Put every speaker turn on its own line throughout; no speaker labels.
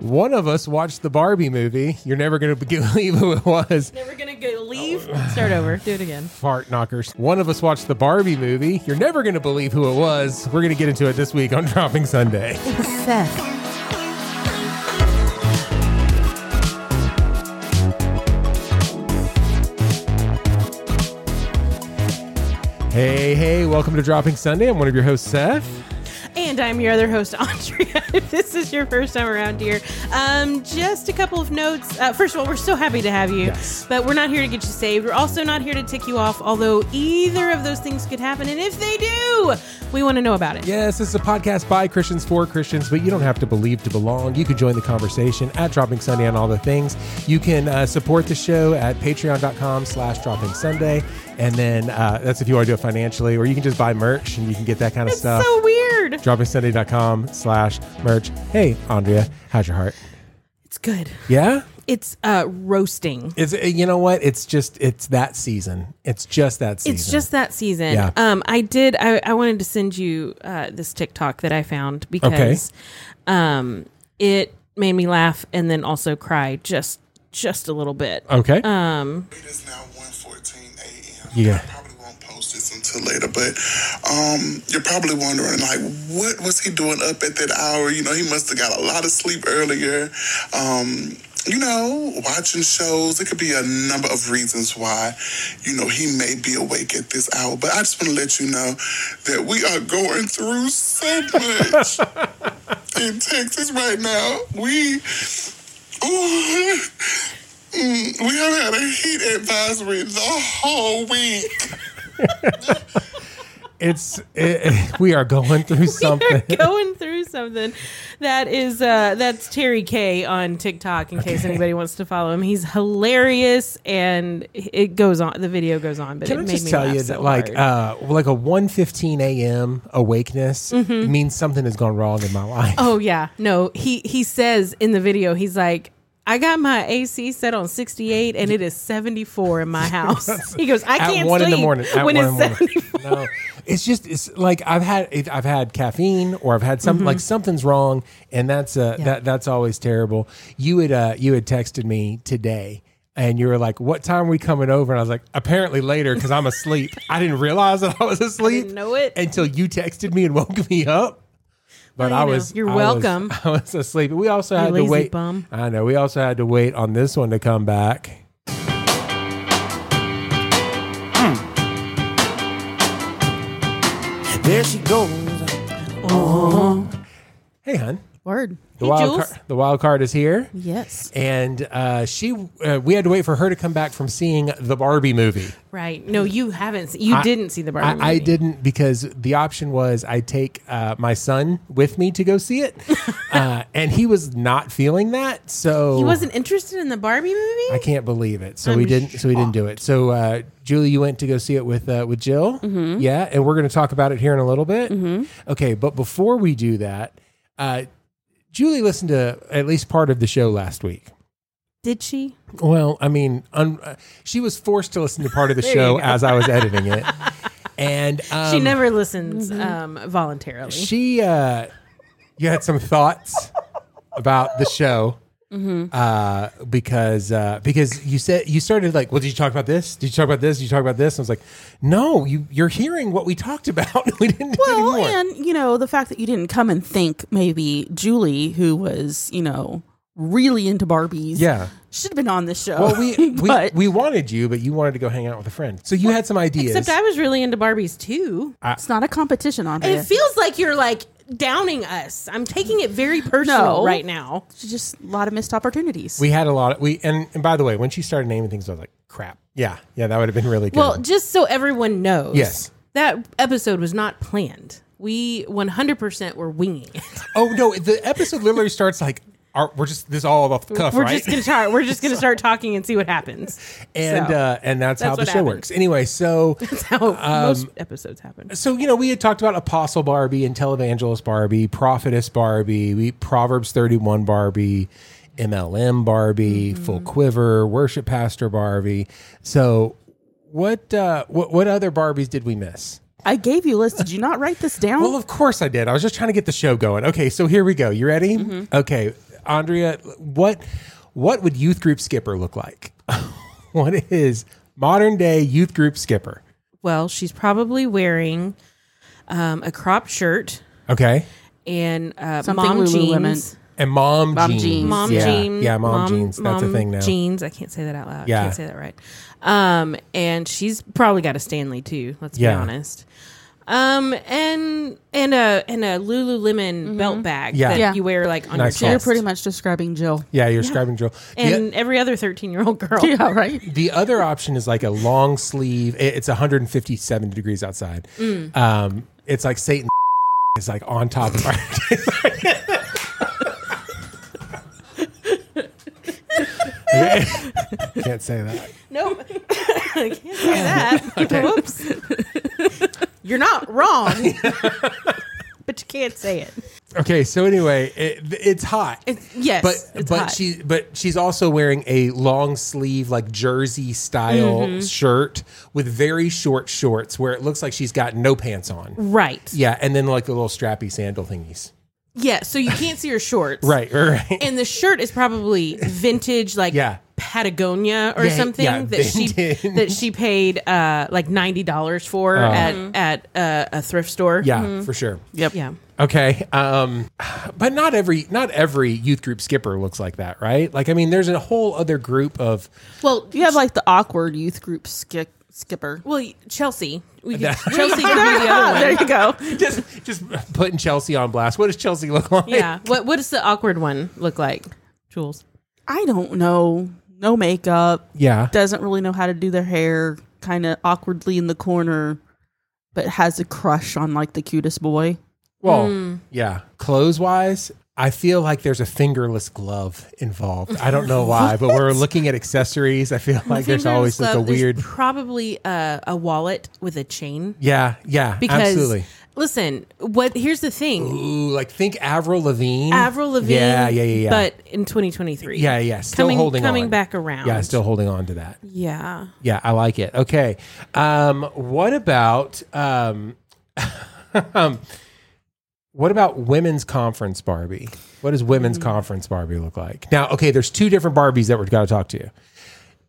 One of us watched the Barbie movie. You're never going to believe who it was.
Never gonna go leave. Start over. Do it again.
Fart knockers. One of us watched the Barbie movie. You're never going to believe who it was. We're going to get into it this week on Dropping Sunday.
Seth.
Hey, hey, welcome to Dropping Sunday. I'm one of your hosts, Seth.
And I'm your other host, Andrea. if this is your first time around here, um, just a couple of notes. Uh, first of all, we're so happy to have you,
Yes.
but we're not here to get you saved. We're also not here to tick you off, although either of those things could happen. And if they do, we want to know about it.
Yes, this is a podcast by Christians for Christians, but you don't have to believe to belong. You can join the conversation at Dropping Sunday on all the things. You can uh, support the show at patreon.com slash dropping Sunday. And then uh, that's if you want to do it financially, or you can just buy merch and you can get that kind of
It's
stuff.
so weird.
droppingsunday.com slash merch. Hey, Andrea, how's your heart?
It's good.
Yeah?
It's uh, roasting.
It's uh, you know what? It's just it's that season. It's just that season.
It's just that season.
Yeah.
Um, I did. I, I wanted to send you uh, this TikTok that I found because um, it made me laugh and then also cry just just a little bit.
Okay.
Um,
It is now 1.14 a.m.
Yeah.
I probably won't post this until later, but um, you're probably wondering, like, what was he doing up at that hour? You know, he must have got a lot of sleep earlier. Um, you know, watching shows. It could be a number of reasons why, you know, he may be awake at this hour. But I just want to let you know that we are going through so much in Texas right now. We. Ooh. Mm, we have had a heat advisory the whole week.
it's it, we are going through something.
they're going through something. That is uh, that's Terry K on TikTok. In case anybody wants to follow him, he's hilarious and it goes on. The video goes on, but
Can
it
I
made
just
me
tell
laugh
you
so
that like
hard.
uh like a 1:15 a.m. awakeness means something has gone wrong in my life.
Mm-hmm. Oh yeah, no. He he says in the video, he's like, I got my AC set on sixty eight, and it is seventy four in my house. he goes, I
at
can't
one
sleep
in the morning. At
when
one
it's
in the
seventy
morning.
four.
No, it's just it's like I've had it- I've had caffeine or I've had some
Mm-hmm.
like something's wrong, and that's uh that that's always terrible. You had uh you had texted me today. And you were like, "What time are we coming over?" And I was like, "Apparently later, because I'm asleep. I didn't realize that I was asleep.
know it.
until you texted me and woke me up. But
Well, you
I
know,
was.
you're
I was-
welcome.
I was asleep. We also had to
lazy
wait.
bum.
I know. We also had to wait on this one to come back.
Hmm. There she goes.
Uh-huh. Hey, hon.
Word.
The
Hey,
wild
Jules.
card, the wild card is here.
Yes.
and uh, she uh, we had to wait for her to come back from seeing the Barbie movie.
Right? No, you haven't. Seen, you
I-
didn't see the Barbie.
I, I
movie.
didn't because the option was I take uh, my son with me to go see it, uh, and he was not feeling that. So
He wasn't interested in the Barbie movie.
I can't believe it. So
I'm
we didn't. So we didn't do it. So uh, Julie, you went to go see it with uh, with Jill. Mm-hmm. Yeah, and we're going to talk about it here in a little bit.
Mm-hmm.
Okay, but before we do that, uh, Julie listened to at least part of the show last week.
Did she?
Well, I mean, un- uh, she was forced to listen to part of the show as I was editing it, and um,
She never listens
Mm-hmm.
um, voluntarily.
She, uh, you had some thoughts about the show
Mm-hmm.
uh, because uh, because you said you started like, well, did you talk about this? Did you talk about this? Did you talk about this? And I was like, no, you you're hearing what we talked about. we didn't do
Well,
anymore.
and you know the fact that you didn't come and think maybe Julie, who was you know really into Barbies,
Yeah.
should have been on this show.
well, we, we
but
we wanted you, but you wanted to go hang out with a friend. So you had some ideas.
Except I was really into Barbies too.
it's not a competition on
it
it.
feels like you're like downing us. I'm taking it very personal
No.
right now.
It's just a lot of missed opportunities.
we had a lot of we and, and by the way, when she started naming things, I was like, crap. Yeah, yeah, that would have been really good.
Well, just so everyone knows,
Yes.
that episode was not planned. We 100% were winging it.
Oh no, the episode literally starts like our, we're just this is all off the cuff,
We're
right?
just gonna start. We're just gonna start talking and see what happens.
and
so,
uh, um, and that's, how
that's
the
what
show
happened.
works. Anyway, so
that's how most episodes happen.
so you know we had talked about Apostle Barbie and Televangelist Barbie, Prophetess Barbie, we Proverbs thirty one Barbie. MLM Barbie,
Mm-hmm.
Full Quiver, Worship Pastor Barbie. So, what uh, what what other Barbies did we miss?
I gave you a list. Did you not write this down?
Mm-hmm.
Well, of course I did. I was just trying to get the show going. Okay, so here we go. You ready? Okay. Andrea, what what would youth group skipper look like? what is modern day youth group skipper?
Well, she's probably wearing um, a crop shirt
Okay,
and uh,
Something
mom
Lululemon.
jeans.
and mom,
Mom
jeans.
jeans.
Mom
yeah.
jeans.
yeah, mom, jeans. That's a
mom
thing now.
Jeans. I can't say that out loud.
Yeah.
I can't say that right. Um, and she's probably got a Stanley too. Let's
Yeah.
be honest. Um, and and a and a Lululemon belt bag
Yeah.
that
Yeah.
you wear like on
Nice
your
You're
chest.
Yes.
pretty much describing Jill.
Yeah, you're scribing drill. The-
and every other thirteen year old girl.
Yeah, right.
The other option is like a long sleeve. it- It's 157 degrees outside.
Mm.
Um, it's like Satan is like on top of our. Can't say that.
Nope. I can't say that. Whoops. You're not wrong. but you can't say it.
Okay, so anyway, it, it's hot.
It's, yes.
but
it's
but
hot.
she but she's also wearing a long sleeve like jersey style
Mm-hmm.
shirt with very short shorts where it looks like she's got no pants on.
Right. Yeah.
Yeah, and then like the little strappy sandal thingies.
So you can't see her shorts.
Right, right.
And the shirt is probably vintage, like
Yeah.
Patagonia or
Yeah,
something
yeah,
that she
vintage. Uh-huh.
that she paid uh, like ninety dollars for at at uh, a thrift store.
Yeah, for sure.
Yep.
Yeah.
Okay. Um, but not every not every youth group skipper looks like that, right? Like, I mean, there's a whole other group of
Well, you have like the awkward youth group skip, skipper.
Well, Chelsea. We could, Chelsea could be the other
there
one.
you go.
just just putting Chelsea on blast. What does Chelsea look like?
Yeah. What What does the awkward one look like, Jules?
I don't know. No makeup.
yeah.
Doesn't really know how to do their hair. Kind of awkwardly in the corner, but has a crush on like the cutest boy.
Well,
Hmm.
yeah. Clothes wise, I feel like there's a fingerless glove involved. I don't know why, but we're looking at accessories. I feel like there's always like a
There's
weird.
probably a, a wallet with a chain.
Yeah, yeah,
Because
absolutely.
listen, what here's the thing.
Ooh, like think Avril Lavigne.
Avril Lavigne.
Yeah, yeah, yeah, yeah.
But in 2023.
yeah, yeah. Still
coming
holding
coming
on.
back around.
Yeah, still holding on to that.
Yeah.
Yeah, I like it. Okay. Um, what about um, um, what about women's conference Barbie? What does
Mm.
women's conference Barbie look like? Now, okay, there's two different Barbies that we're going to talk to.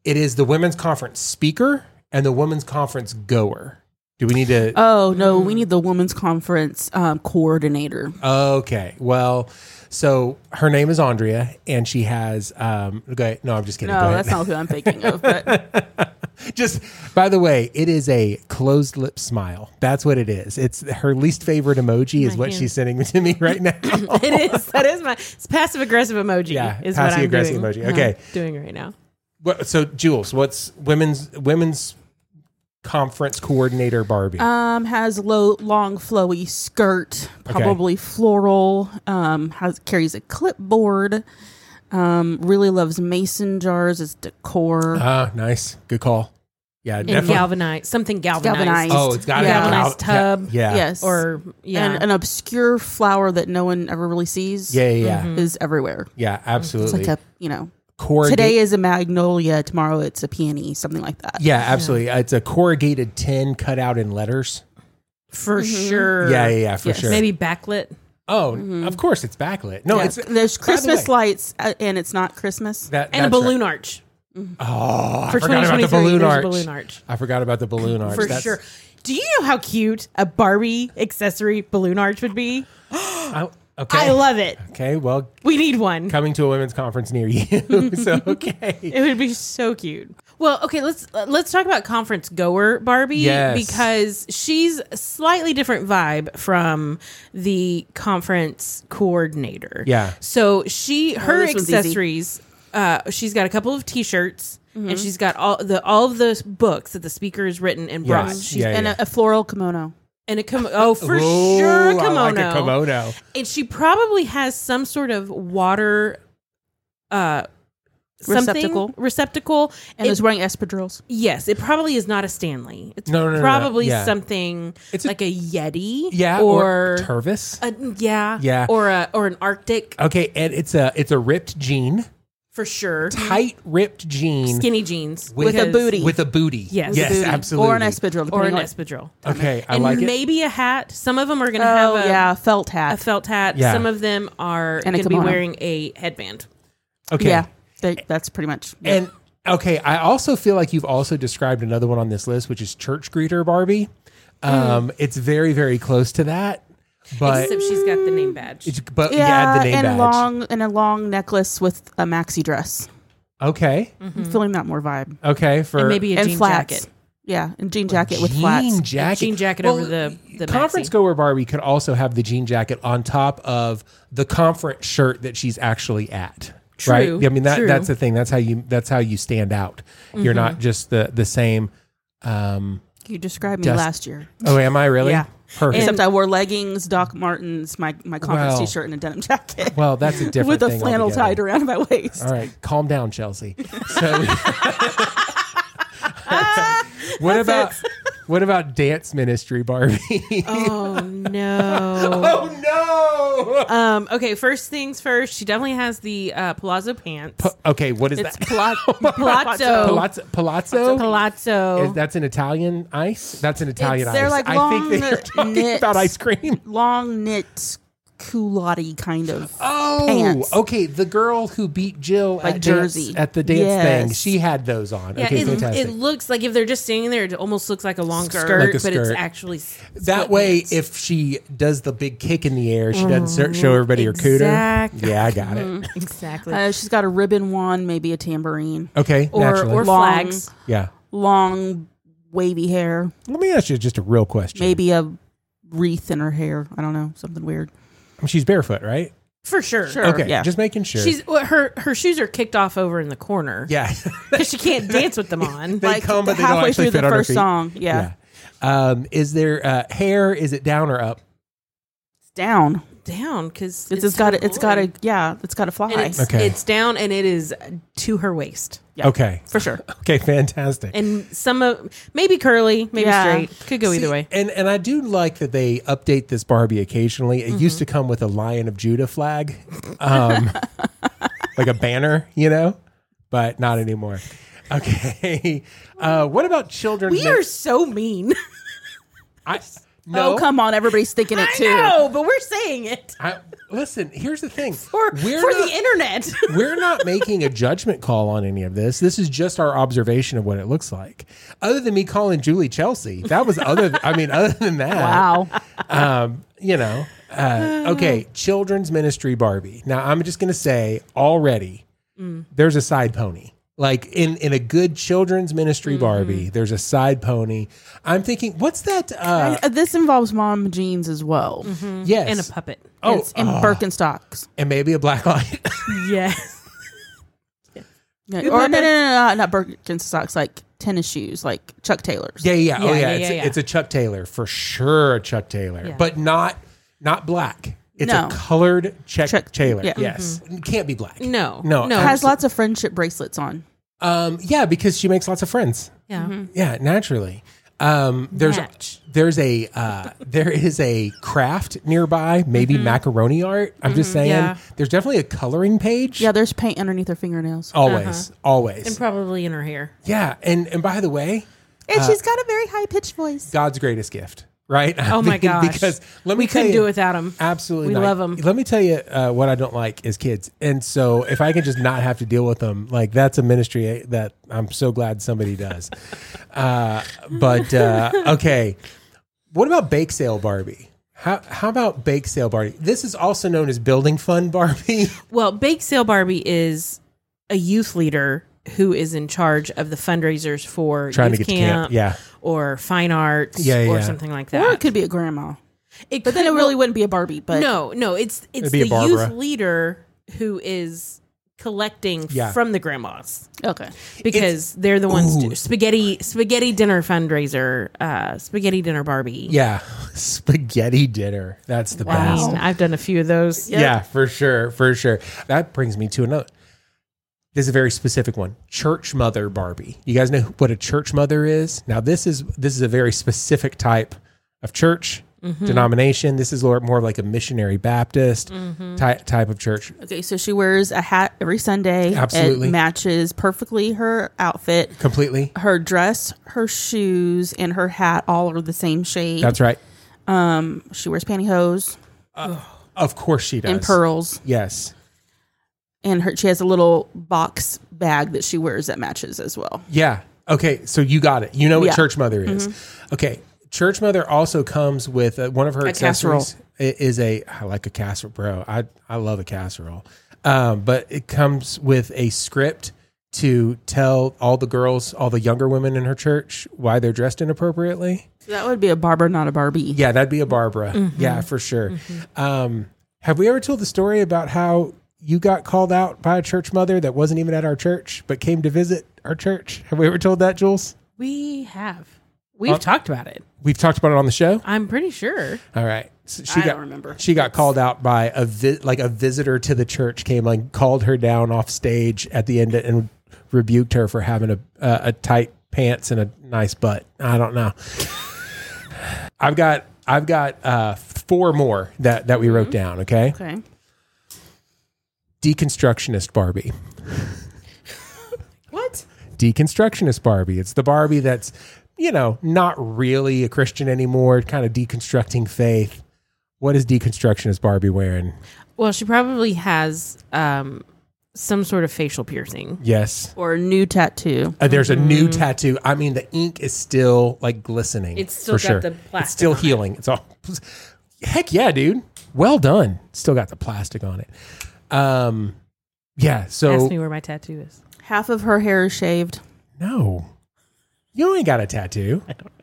It is the women's conference speaker and the women's conference goer. Do we need to?
Oh no,
Hmm.
we need the women's conference um, coordinator.
okay. Well, so her name is Andrea, and she has. Um, okay, no, I'm just kidding. Go
No,
ahead.
that's not who I'm thinking of. But
Just by the way, it is a closed lip smile. That's what it is. It's her least favorite emoji is
My
what
hand.
she's sending to me right now.
It is. That is my it's passive aggressive emoji.
Yeah,
Is what I'm
passive-aggressive
doing.
emoji.
Uh-huh.
Okay.
I'm doing right now.
What- so Jules, what's women's women's conference coordinator Barbie?
um, has low, long, flowy skirt, probably floral. Um, has carries a clipboard. Um, really loves mason jars as decor.
Ah, nice. Good call. Yeah,
And
definitely.
galvanized something galvanized.
Galvanized.
oh, it's got to
Yeah.
be
Galvanized
gal-
tub.
Yeah.
Yes,
Or yeah.
and an obscure flower that no one ever really sees.
Yeah, yeah, yeah.
Hmm.
is everywhere.
Yeah,
Mm-hmm. It's
absolutely.
like a you know
Corrugated-
today is a magnolia, tomorrow it's a peony, something like that.
yeah, absolutely. Uh, It's a corrugated tin cut out in letters.
for
Mm-hmm.
sure.
Yeah, yeah, yeah, for
Yes.
sure.
Maybe backlit.
Oh,
Mm-hmm.
of course it's backlit. No, it's
There's
by the
Christmas
way,
lights uh, and it's not Christmas.
that-
And a
that's right.
balloon arch.
Oh,
For
I forgot about
2023,
the balloon
there's a
arch.
balloon arch.
I forgot about the balloon arch.
For
That's-
sure. Do you know how cute a Barbie accessory balloon arch would be?
I- okay.
I love it.
okay. Well,
We need one.
coming to a women's conference near you. so okay.
It would be so cute. Well, okay, let's uh, let's talk about conference goer Barbie
Yes.
because she's a slightly different vibe from the conference coordinator.
Yeah.
So she her
Oh, this one's easy.
accessories uh, she's got a couple of t-shirts
Mm-hmm.
and she's got all the all of those books that the speaker has written and brought.
Yes.
She's
Yeah,
and
yeah.
A, a floral kimono.
and a kimono. Oh, for
Ooh,
sure, a
I like a kimono.
and she probably has some sort of water uh something-
Receptacle.
receptacle
And
It-
is wearing espadrilles.
yes it probably is not a stanley it's
No, no, no, no,
probably
yeah.
something
It's a-
like a, yeti
Yeah.
or,
Tervis.
a, yeah
Yeah.
or a or an arctic
Okay, and it's a it's a ripped jean
for sure.
tight ripped jean
Skinny jeans
With a
because-
booty.
with a booty.
Yes.
yes,
With a booty.
absolutely.
Or an espadrille,
or an
depending on-
espadrille.
Okay, I
and
like it.
maybe a hat. Some of them are going to
Oh
have a,
yeah, felt
a
hat.
felt hat.
Yeah.
Some of them are
And
going
a
to be
kimono.
wearing a headband.
Okay,
Yeah, they, that's pretty much.
and okay, I also feel like you've also described another one on this list, which is church greeter Barbie. Um,
Mm.
it's very very close to that, but
Except she's got the name badge.
it's, but you add
yeah,
the name
and
badge.
long and a long necklace with a maxi dress.
okay,
I'm feeling that more vibe.
okay, for
and maybe Mm-hmm. a
Mm. and
jean
flats.
jacket.
Yeah, and jean jacket with
jean
flats.
jacket,
Jean jacket over the- the
oh, conference
maxi.
goer Barbie could also have the jean jacket on top of the conference shirt that she's actually at.
True,
right? I mean that
true.
that's the thing. That's how you that's how you stand out. You're
Mm-hmm.
not just the the same. Um,
You described me
Dust-
last year.
oh, am I really?
Yeah.
Perfect.
Except I wore leggings, Doc Martens, my my conference
Well.
t-shirt, and a denim jacket
well, that's a different
with a
thing
flannel
altogether. Uh,
tied around my waist.
All right, calm down, Chelsea. So, what about what about dance ministry, Barbie?
Oh no.
oh
Um, okay, first things first, she definitely has the uh, palazzo pants.
no! Okay, what is
it's
that? Oh
pla- palazzo.
Palazzo? Palazzo?
Palazzo.
Is- that's an Italian ice. That's an Italian
It's-
ice.
they're like
I think they
long
were talking
knits.
about ice cream.
Long knit culotte kind of.
Oh,
Pants.
okay. The girl who beat Jill
Like
at
Jersey.
dance, at the dance
Yes.
thing, she had those on.
yeah,
okay,
it,
fantastic.
it looks like if they're just standing there, it almost looks like a long skirt,
Like a
but it's
skirt.
actually s-
That
split
way,
pants.
if she does the big kick in the air, she doesn't show everybody her cooter.
exactly.
Yeah, I got it.
Mm-hmm. exactly
Uh, she's got a ribbon wand, maybe a tambourine,
Okay,
or
naturally.
or
Long.
flags.
yeah.
long wavy hair,
Let me ask you just a real question.
maybe a wreath in her hair. I don't know, something weird.
she's barefoot, right?
For sure.
Sure.
Okay,
yeah.
just making sure.
She's well, her her shoes are kicked off over in the corner.
yeah.
Because she can't dance with them on.
They come, but they don't
halfway
actually fit
through the
on her
first
feet.
song, yeah,
yeah. Um, is there uh, hair? Is it down or up?
it's down.
down because
It's, it's got
her
a, it's got a
glory.
yeah, it's got a fly
And it's,
Okay.
it's down and it is to her waist.
Yeah.
Okay.
for sure.
Okay. Fantastic.
And some of maybe curly, maybe
Yeah.
straight. Could go either
See,
way.
And and I do like that they update this Barbie occasionally. It
Mm-hmm.
used to come with a Lion of Judah flag, um, like a banner, you know, but not anymore. Okay. Uh, what about children?
We
ma-
are so mean.
I, no.
Oh come on, everybody's thinking it
I
too.
know, but we're saying it
I, listen, here's the thing.
for,
we're
for
not,
the internet.
we're not making a judgment call on any of this. This is just our observation of what it looks like. Other than me calling Julie Chelsea, that was other. I mean, other than that,
Wow,
um, you know, uh, okay, children's ministry Barbie. Now, I'm just going to say already there's a side pony. Like in, in a good children's ministry
Mm-hmm.
Barbie, there's a side pony. I'm thinking, what's that? Uh,
Uh, this involves mom jeans as well,
yes.
And a puppet.
Oh,
It's- and Birkenstocks.
and maybe a black light.
Yes.
Yeah,
Good
Or no, no,
method.
no, no, not Birkenstocks, like tennis shoes, like Chuck Taylor's.
yeah, yeah, yeah. Oh,
Yeah,
yeah.
yeah,
it's,
yeah,
it's a Chuck Taylor, for sure, a Chuck Taylor,
Yeah.
but not not black. It's
No.
a colored Chuck
Chuck-
Taylor.
yeah.
Yes. Can't be black.
Mm-hmm. No.
No,
No.
Has lots of friendship bracelets on.
Um, yeah, because she makes lots of friends.
yeah.
Yeah, naturally. Um, there's
Mm-hmm. Match.
there's a uh, there is a craft nearby, maybe macaroni art. I'm just saying.
Mm-hmm. yeah.
There's definitely a coloring page.
Yeah, there's paint underneath her fingernails.
Oh, Always,
Uh-huh.
always.
And probably in her hair.
yeah, and and by the way,
And she's got a very high pitched voice.
God's greatest gift, right?
Oh my gosh.
because let me
We
tell
couldn't
you-
do without 'em.
Absolutely,
We
not.
love 'em.
Let me tell you uh, what I don't like is kids, and so if I can just not have to deal with them, like that's a ministry eh, that I'm so glad somebody does. uh, but uh, okay, what about bake sale Barbie? How, how about bake sale Barbie? This is also known as building fun Barbie.
Well, Bake Sale Barbie is a youth leader who is in charge of the fundraisers for
Trying to
youth
get to camp, yeah.
or fine arts
Yeah, yeah,
or
yeah.
something like
Or it
that.
could be a grandma.
It
But then it
could-
really wouldn't be a Barbie, but
no, no, it's
It'd
it's
be
the
a
youth
Barbara.
leader who is collecting
Yeah.
from the grandmas
Okay.
because they're the ones
Ooh.
do spaghetti spaghetti dinner fundraiser uh spaghetti dinner barbie
yeah, spaghetti dinner. That's the
I
best.
mean, I've done a few of those.
Yeah, for sure, for sure. That brings me to another. This is a very specific one. Church mother Barbie. You guys know what a church mother is? Now this is this is a very specific type of church denomination. This is more more of like a missionary Baptist ty- type of church.
Okay, so she wears a hat every Sunday.
Absolutely.
It matches perfectly her outfit.
Completely.
Her dress, her shoes, and her hat all are the same shade.
That's right.
she wears pantyhose
Of course she does.
and pearls.
Yes.
And her she has a little box bag that she wears that matches as well.
Yeah. Okay. So you got it. You know what
Yeah.
church mother is. Okay. Church mother also comes with uh, one of her accessories i- is a I like a casserole, bro. I I love a casserole. Um, but it comes with a script to tell all the girls, all the younger women in her church, why they're dressed inappropriately.
That would be a Barbara, not a Barbie.
Yeah, that'd be a Barbara. Yeah, for sure. Um, have we ever told the story about how you got called out by a church mother that wasn't even at our church but came to visit our church? Have we ever told that, Jules?
We have. We've talked about it.
We've talked about it on the show.
I'm pretty sure.
All right, So she
I
got
don't remember.
she got called out by a vi- like a visitor to the church came and called her down off stage at the end and rebuked her for having a a, a tight pants and a nice butt. I don't know. I've got I've got uh, four more that that we
Mm-hmm.
wrote down. Okay,
Okay.
deconstructionist Barbie.
What?
deconstructionist Barbie. It's the Barbie that's, you know, not really a Christian anymore, kind of deconstructing faith. What is deconstructionist Barbie wearing?
Well, she probably has um, some sort of facial piercing.
Yes.
Or a new tattoo.
Uh, there's a new tattoo. I mean, the ink is still like glistening.
Mm-hmm. It's still
for
got
sure.
the
It's
plastic
still
on it.
healing. It's all. Heck yeah, dude. Well done. Still got the plastic on it. Um, yeah. So
Ask me where my tattoo is.
Half of her hair is shaved.
No, you ain't got a tattoo.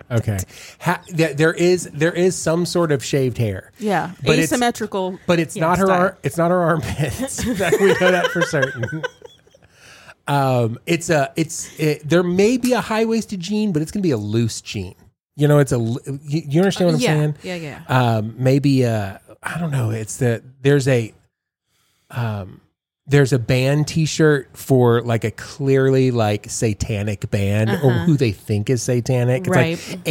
Okay, ha- th- there is there is some sort of shaved hair.
Yeah.
But it's-
Asymmetrical.
but it's
Yeah,
not her.
style.
Ar- it's not her armpits. That- we know that for certain. Um, it's a it's it, there may be a high waisted jean, but it's gonna be a loose jean. You know, it's a l- you, you understand what I'm
yeah,
saying?
yeah, yeah.
Um, maybe uh, I don't know. It's that there's a um, there's a band T-shirt for like a clearly like satanic band or who they think is satanic. It's
Uh-huh. Right. Mm-hmm.
like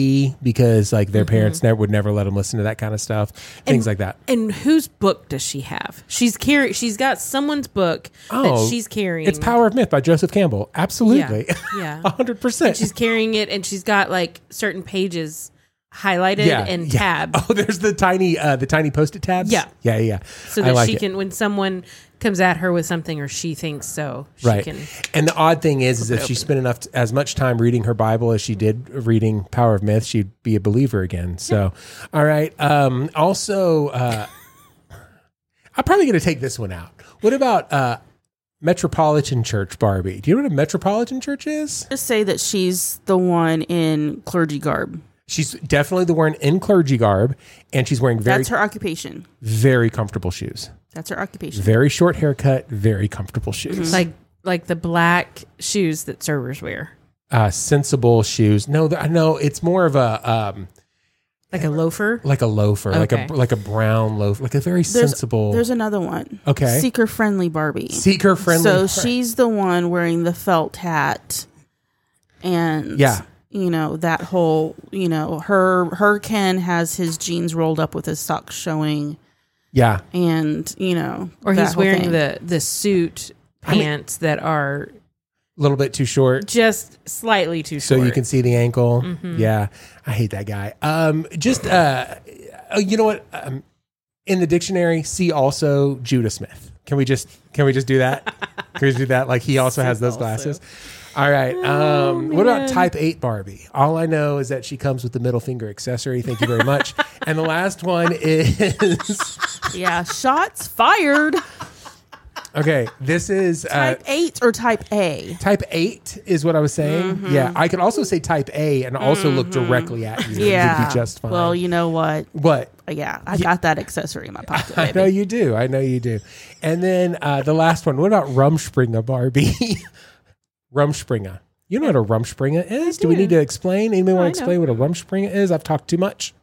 ACDC because like their parents never would never let them listen to that kind of stuff, things like that.
And whose book does she have? She's carry. She's got someone's book that she's carrying.
Oh, It's Power of Myth by Joseph Campbell. Absolutely.
Yeah, yeah.
a 100%.
She's carrying it, and she's got like certain pages highlighted and
yeah.
tabbed,
Oh, there's the tiny uh the tiny post-it tabs.
Yeah.
Yeah, yeah.
so
I
that
like
she
it.
can, when someone comes at her with something or she thinks so, she
right.
can.
and the odd thing is is if she spent enough as much time reading her Bible as she did reading Power of Myth, she'd be a believer again. So, all right. Um also uh I'm probably going to take this one out. What about uh Metropolitan Church Barbie? Do you know what a Metropolitan Church is?
Just say that she's the one in clergy garb.
She's definitely the one in clergy garb, and she's wearing very,
That's her occupation.
very comfortable shoes.
That's her occupation.
Very short haircut, very comfortable shoes.
Like, like the black shoes that servers wear,
Mm-hmm.
Uh, sensible shoes. No, th- no, it's more of a um,
like a loafer.
like a loafer, like a
Okay.
like a brown loaf, like a very
There's,
sensible,
there's another one.
Okay.
Seeker friendly Barbie.
seeker friendly.
So she's the one wearing the felt hat and
Yeah.
you know, that whole, you know, her her Ken has his jeans rolled up with his socks showing
yeah,
and, you know,
or
that
he's
whole
wearing
thing.
the the suit
mean-
pants that are
a little bit too short,
just slightly too
so
short.
you can see the ankle.
Mm-hmm.
Yeah, I hate that guy. Um, just uh, oh, you know what? Um, in the dictionary, see also Judah Smith. Can we just can we just do that? can we do that? Like he also has those glasses. All right.
Oh,
Um, what about Type Eight Barbie? All I know is that she comes with the middle finger accessory. Thank you very much. and the last one is
Yeah, shots fired.
okay. This is uh,
type 8 or type A.
Type eight is what I was saying.
Mm-hmm.
Yeah, I could also say type A and also look directly at you. it would
Yeah.
be just fine.
Well, you know what? Uh,
what?
Yeah, I got that accessory in my pocket.
I
baby.
know you do. I know you do. And then uh, the last one. What about Rumspringa Barbie? Rumspringa. You know what a Rumspringa is? Do. we need to explain? Anybody want to explain what a Rumspringa is? I've talked too much.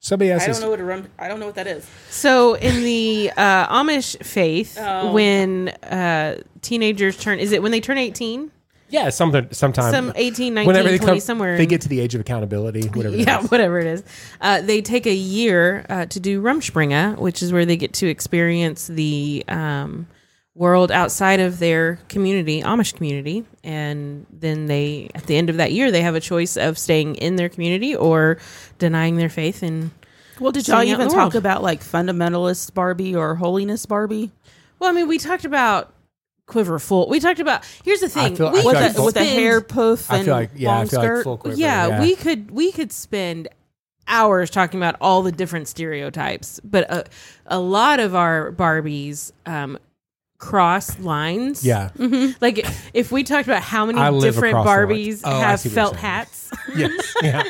Somebody else. is-
what a rum. I don't know what that is.
So in the uh, Oh. Amish faith, when uh, teenagers turn, is it when they turn eighteen?
Yeah, something sometime
Some 18, 19,
Um, whenever they
20,
come,
somewhere.
they
in-
get to the age of accountability, whatever.
yeah,
Yeah,
whatever it is. Uh, they take a year uh, to do Rumspringa, which is where they get to experience the um, world outside of their community, Amish community. And then they, at the end of that year, they have a choice of staying in their community or denying their faith. And
Well, did y'all
Seeing out
even
the
talk
world.
about like fundamentalist Barbie or holiness Barbie?
well, I mean, we talked about Quiverful. We talked about. Here's the thing.
feel- I
we
feel
With,
like
could
a,
full-
with a
spend-
hair poof
I
and
feel like yeah,
long
I feel
skirt.
like full quiver.
yeah, we could we could spend hours talking about all the different stereotypes, but a, a lot of our Barbies um, cross lines.
yeah.
like if we talked about how many
I live
different
across
Barbies
lines. Oh, I
have
see what you're
felt
saying.
hats,
Yes. Yeah.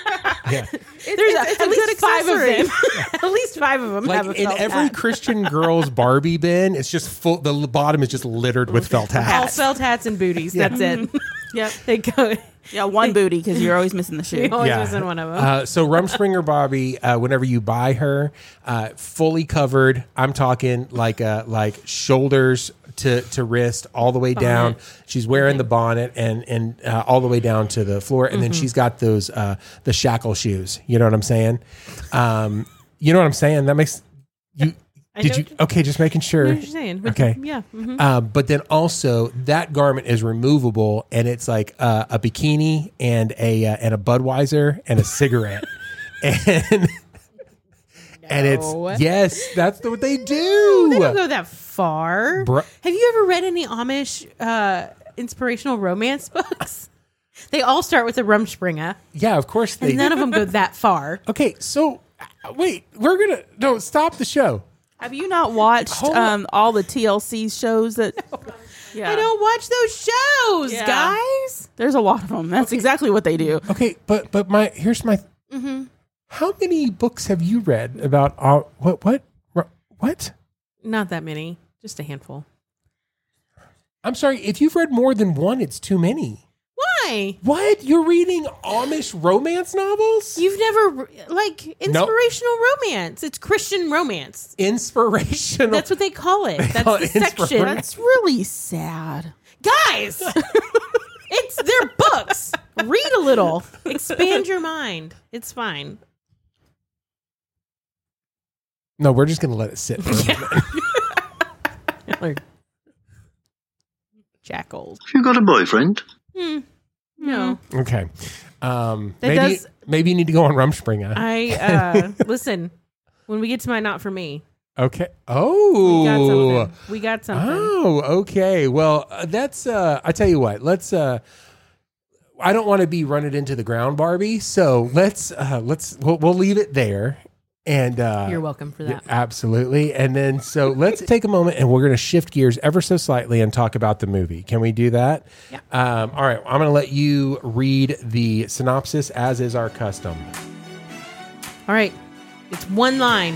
Yeah.
there's a-
it's a
at least
good
five of
accessory.
them. at least five of them have a
Like in
felt
every
hat.
Christian girl's Barbie bin, it's just full. The l- bottom is just littered with felt
all
hats.
felt hats and booties. That's it.
Yep.
They go.
Yeah, one booty because you're always missing the shoe.
You're always missing one of them.
Uh, so Rumspringer Barbie, uh, whenever you buy her, uh, fully covered. I'm talking like uh, like shoulders to to wrist, all the way down. She's wearing the bonnet and and uh, all the way down to the floor, and then
Mm-hmm.
she's got those uh, the shackle shoes. You know what I'm saying? Um, you know what I'm saying? That makes you. Did
know
you
what you-
okay? Just making sure.
I know what you're saying. Which-
Okay.
Yeah. mhm.
Uh, but then also that garment is removable, and it's like uh, a bikini and a uh, and a Budweiser and a cigarette, and and
No.
it's yes, that's what they
They don't
do.
go that far.
Bru-
Have you ever read any Amish uh, inspirational romance books? they all start with a rumspringa,
Yeah, of course they.
and none of them go that far.
okay, so uh, wait, we're gonna no stop the show.
Have you not watched
Hold on.
um, all the TLC shows that? Yeah.
I don't watch those shows,
Yeah.
guys.
There's a lot of them. That's exactly what they do.
Okay, but but my here's my.
Mm-hmm.
How many books have you read about uh, what what what?
Not that many, just a handful.
I'm sorry if you've read more than one, it's too many.
Why?
What? You're reading Amish romance novels?
You've never like inspirational romance. It's Christian romance.
Inspirational.
That's what they call it. That's
call
the
it inspira-
section.
That's really sad.
guys it's their books read a little expand your mind it's fine
no, we're just going to let it sit. for a minute.
Jackals.
You got a boyfriend?
Hmm. no
okay. Um,
That
maybe,
does-
maybe you need to go on Rumspringa.
i uh listen when we get to my not for me
okay.
we got
Oh.
something we got something
Oh, okay. Well, uh, that's, uh, I tell you what, let's, uh, I don't want to be running into the ground, Barbie. So let's, uh, let's, we'll, we'll leave it there. And, uh,
you're welcome for
Yeah,
that
absolutely. And then, so let's take a moment and we're going to shift gears ever so slightly and talk about the movie. Can we do that? Yeah. Um, all right. I'm going to let you read the synopsis as is our custom.
all right it's one line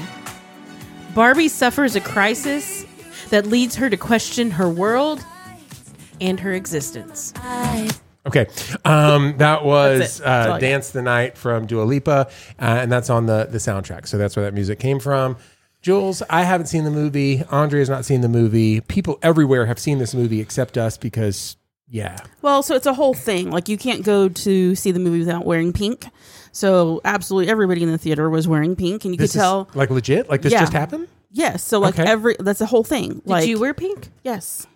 barbie suffers a crisis that leads her to question her world and her existence
Okay. Um, that was
That's all
uh,
I got.
Dance the Night from Dua Lipa, uh, and that's on the, the soundtrack. So that's where that music came from. Jules, I haven't seen the movie. Andre has not seen the movie. People everywhere have seen this movie except us because, yeah.
Well, so it's a whole thing. Like you can't go to see the movie without wearing pink. So absolutely everybody in the theater was wearing pink, and you
This
could tell.
is like legit? Like this
Yeah.
just happened?
yes. So like
Okay.
every that's a whole thing.
did
like
you wear pink
yes.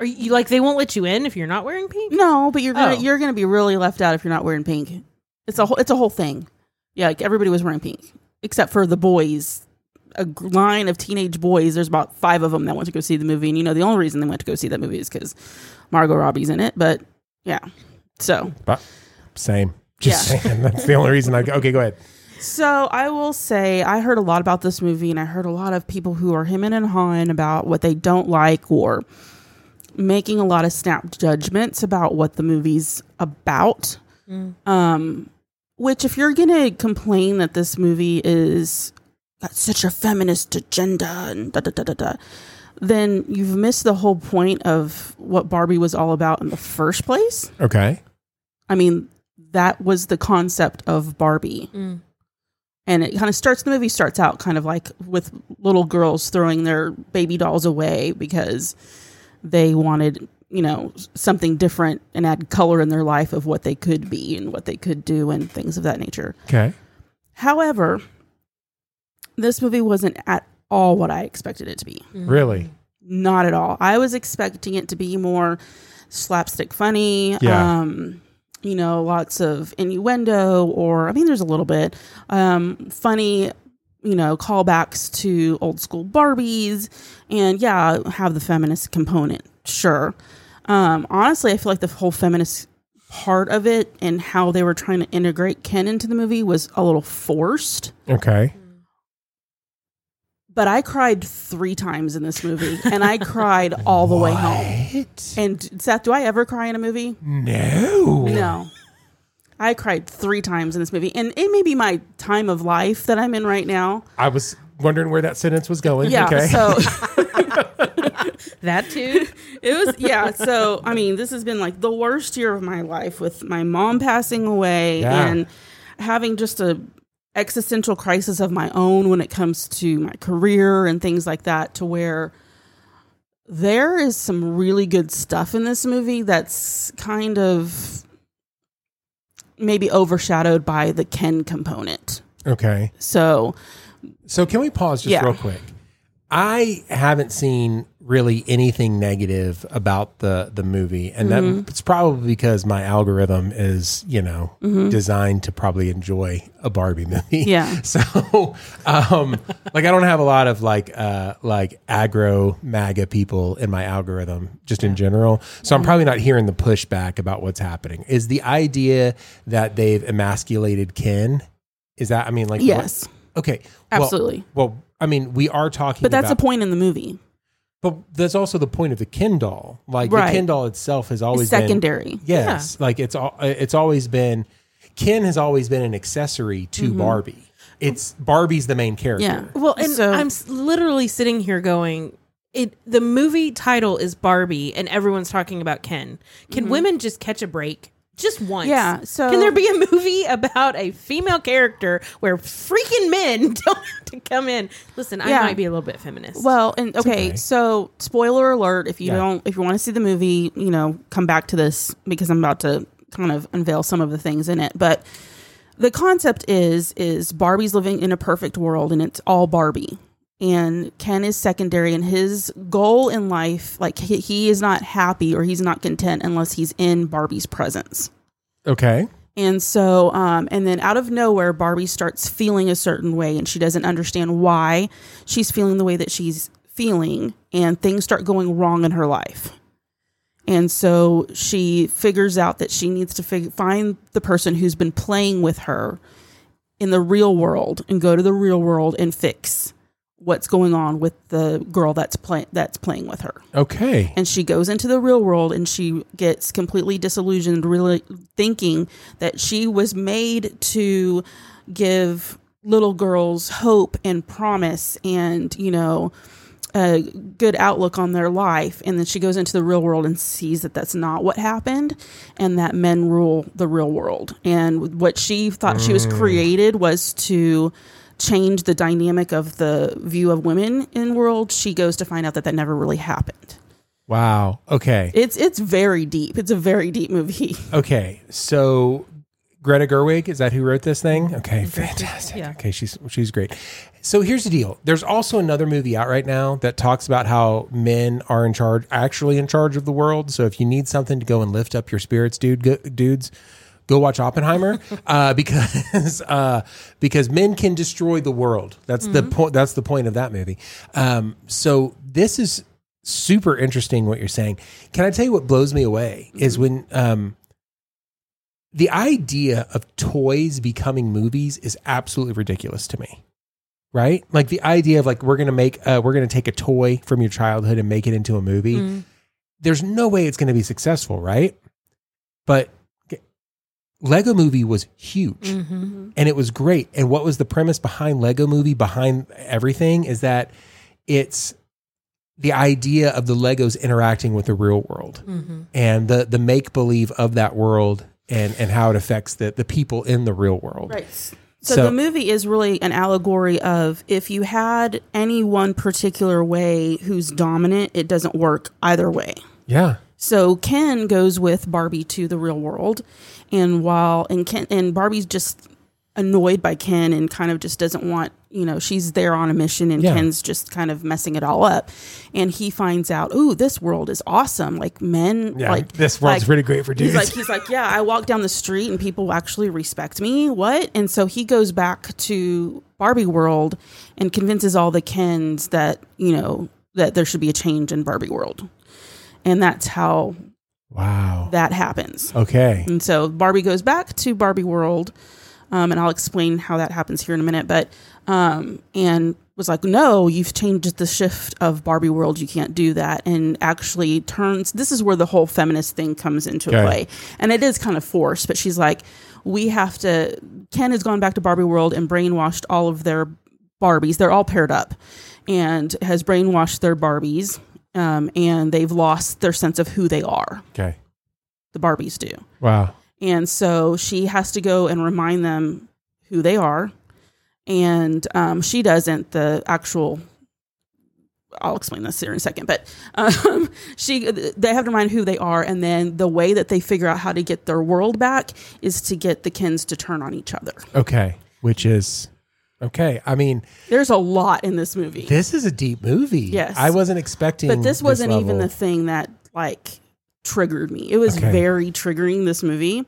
are you like they won't let you in if you're not wearing pink
No, but you're gonna
Oh.
you're gonna be really left out if you're not wearing pink. It's a whole it's a whole thing. Yeah, like everybody was wearing pink except for the boys. A g- line of teenage boys. There's about five of them that went to go see the movie, and you know the only reason they went to go see that movie is because Margot Robbie's in it. But yeah, so
But same. Just saying. That's the only reason I okay, go ahead.
So I will say I heard a lot about this movie, and I heard a lot of people who are hemming and hawing about what they don't like or making a lot of snap judgments about what the movie's about. Um, which, if you're gonna complain that this movie is got such a feminist agenda and da da da da da, then you've missed the whole point of what Barbie was all about in the first place.
Okay.
I mean, that was the concept of Barbie.
Mm.
And it kind of starts, the movie starts out kind of like with little girls throwing their baby dolls away because they wanted you know, something different and add color in their life of what they could be and what they could do and things of that nature.
Okay.
However, this movie wasn't at all what I expected it to be.
Really?
Not at all. I was expecting it to be more slapstick funny.
Yeah.
Um, you know, lots of innuendo, or I mean, there's a little bit um, funny. You know, callbacks to old school Barbies, and yeah, have the feminist component. Sure. Um, honestly, I feel like the whole feminist part of it and how they were trying to integrate Ken into the movie was a little forced
Okay.
but I cried three times in this movie, and I cried all the way home.
What?
And Seth, do I ever cry in a movie?
No.
No. I cried three times in this movie, and it may be my time of life that I'm in right now.
I was wondering where that sentence was going.
Yeah,
Okay.
so
That too.
it was yeah. So I mean, this has been like the worst year of my life with my mom passing away
Yeah.
and having just a existential crisis of my own when it comes to my career and things like that. To where there is some really good stuff in this movie that's kind of maybe overshadowed by the Ken component.
okay.
So
So can we pause just
Yeah.
real quick? I haven't seen really anything negative about the the movie, and
Mm-hmm.
that it's probably because my algorithm is you know designed to probably enjoy a Barbie movie.
Mm-hmm. Yeah.
So, um, like I don't have a lot of like uh like aggro MAGA people in my algorithm just in general. So I'm probably not hearing the pushback about what's happening. Is the idea that they've emasculated Ken? Is that I mean like what-
yes,
Okay. well-
Absolutely.
Well, I mean, we are talking
but that's
about,
a point in the movie.
But that's also the point of the Kindle. Like the
Right.
Kindle itself has always been
Secondary.
Yes. Like it's all it's always been Ken has always been an accessory to
Mm-hmm.
Barbie. It's Barbie's the main character.
Yeah.
Well, and
So-
I'm s- literally sitting here going, it. The movie title is Barbie, and everyone's talking about Ken. Can women just catch a break? Just once.
Mm-hmm. Yeah, so-
can there be a movie about a female character where freaking men don't have to come in? Listen,
Yeah.
I might be a little bit feminist.
Well, and okay,
okay.
so spoiler alert: if you
Yeah.
don't, if you want to see the movie, you know, come back to this because I'm about to kind of unveil some of the things in it. But the concept is is Barbie's living in a perfect world, and it's all Barbie. And Ken is secondary, and his goal in life, like he, he is not happy or he's not content unless he's in Barbie's presence.
Okay.
And so, um, and then out of nowhere, Barbie starts feeling a certain way, and she doesn't understand why she's feeling the way that she's feeling, and things start going wrong in her life. And so she figures out that she needs to fig- find the person who's been playing with her in the real world and go to the real world and fix what's going on with the girl that's play- that's playing with her
Okay.
and she goes into the real world and she gets completely disillusioned really thinking that she was made to give little girls hope and promise and you know a good outlook on their life and then she goes into the real world and sees that that's not what happened and that men rule the real world and what she thought she was created was to change the dynamic of the view of women in world she goes to find out that that never really happened
Wow. Okay.
it's it's very deep. It's a very deep movie.
Okay, so Greta Gerwig is that who wrote this thing? Okay, fantastic.
yeah.
Okay, she's she's great. So here's the deal. There's also another movie out right now that talks about how men are in charge, actually in charge of the world. So if you need something to go and lift up your spirits, dude, go, dudes, go watch Oppenheimer uh, because uh, because men can destroy the world. That's the point. That's the point of that movie. Um, so this is super interesting what you're saying. Can I tell you what blows me away is when um, the idea of toys becoming movies is absolutely ridiculous to me right like the idea of like we're gonna make uh, we're gonna take a toy from your childhood and make it into a movie there's no way it's gonna be successful right but g- lego movie was huge
Mm.
Mm-hmm.
and it was great and what was the premise behind lego movie behind everything is that it's the idea of the legos interacting with the real world
Mm-hmm.
and the the make believe of that world and and how it affects the the people in the real world.
So,
So-
the movie is really an allegory of if you had any one particular way who's dominant, it doesn't work either way.
Yeah.
So Ken goes with Barbie to the real world, and while and Ken and Barbie's just annoyed by Ken and kind of just doesn't want you know she's there on a mission and
Yeah.
Ken's just kind of messing it all up, and he finds out oh this world is awesome like men
Yeah,
like
this world's
like-
really great for dudes.
He's like he's like yeah I walk down the street and people actually respect me what and so he goes back to Barbie world and convinces all the Kens that you know that there should be a change in Barbie world. And that's how
wow.
that Mm. happens.
okay.
And so Barbie goes back to Barbie World, um, and I'll explain how that happens here in a minute. But um, and was like, no, you've changed the shift of Barbie World. You can't do that. And actually turns. This is where the whole feminist thing comes into
Okay.
play, and it is kind of forced. But she's like, we have to. Ken has gone back to Barbie World and brainwashed all of their Barbies. They're all paired up, and has brainwashed their Barbies. Um, and they've lost their sense of who they are.
Okay.
The Barbies do.
Wow.
And so she has to go and remind them who they are. And um, she doesn't, the actual, I'll explain this here in a second, but um, she, they have to remind who they are. And then the way that they figure out how to get their world back is to get the kins to turn on each other.
Okay. Which is okay. I mean,
There's a lot in this movie.
this is a deep movie.
Yes.
I wasn't expecting
but this wasn't even
level.
the thing that like triggered me it was
Okay.
very triggering this movie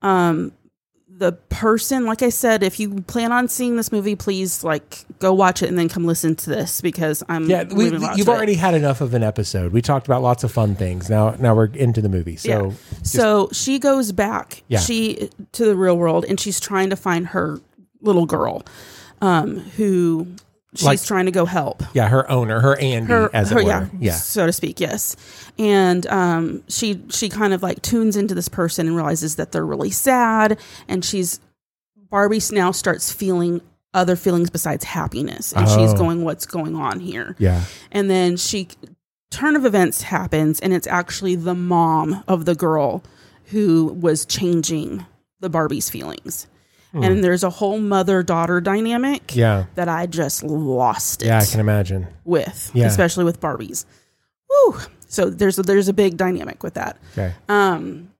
um the person like i said if you plan on seeing this movie please like go watch it and then come listen to this because i'm
Yeah, we,
moving lots
you've
of it.
already had enough of an episode. We talked about lots of fun things. Now, now we're into the movie. So,
so she goes back
Yeah.
she to the real world and she's trying to find her little girl um who she's
Like-
trying to go help
yeah, her owner, her Andy, as it were. Yeah.
so to speak, yes. And um, she she kind of like tunes into this person and realizes that they're really sad, and she's Barbie now starts feeling other feelings besides happiness, and she's
Oh.
going, "What's going on here?"
Yeah.
And then she turn of events happens, and it's actually the mom of the girl who was changing the Barbie's feelings. And there's a whole mother daughter dynamic
Hmm. Yeah.
that I just lost it
Yeah. I can imagine.
with,
Yeah.
especially with Barbies. Woo! So there's a, there's a big dynamic with that.
Okay.
Um,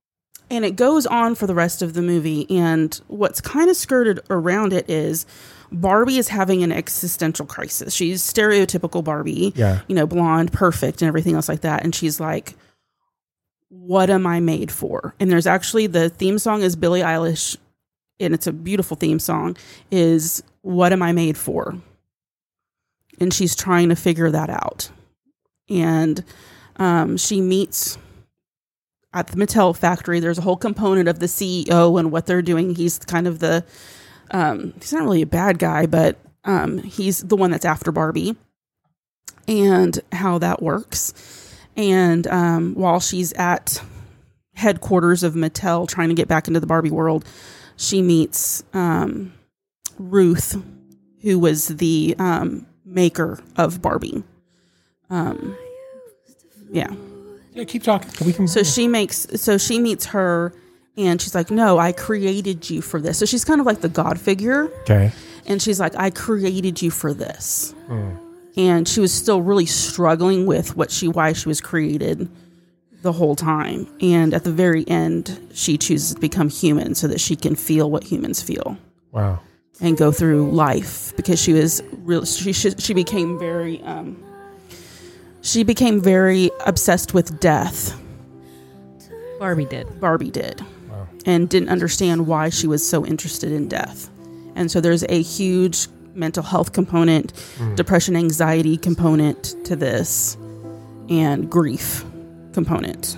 and it goes on for the rest of the movie. And what's kind of skirted around it is Barbie is having an existential crisis. She's stereotypical Barbie,
Yeah.
you know, blonde, perfect, and everything else like that. And she's like, what am I made for? And there's actually the theme song is Billie Eilish, and it's a beautiful theme song. Is what am I made for? And she's trying to figure that out. And um, she meets at the Mattel factory. There's a whole component of the CEO and what they're doing. He's kind of the um, he's not really a bad guy, but um, he's the one that's after Barbie and how that works. And um, while she's at headquarters of Mattel trying to get back into the Barbie world, she meets um, Ruth, who was the um, maker of Barbie. Um, yeah.
Yeah. Keep talking. We can.
So she makes so she meets her and she's like, "No, I created you for this." So she's kind of like the god figure
okay.
and she's like, "I created you for this." And she was still really struggling with what she why she was created the whole time. And at the very end, she chooses to become human so that she can feel what humans feel
Wow.
and go through life because she was real she she, she became very um she became very obsessed with death
Barbie did.
Barbie did and didn't understand why she was so interested in death. And so there's a huge mental health component, depression, anxiety component to this, and grief component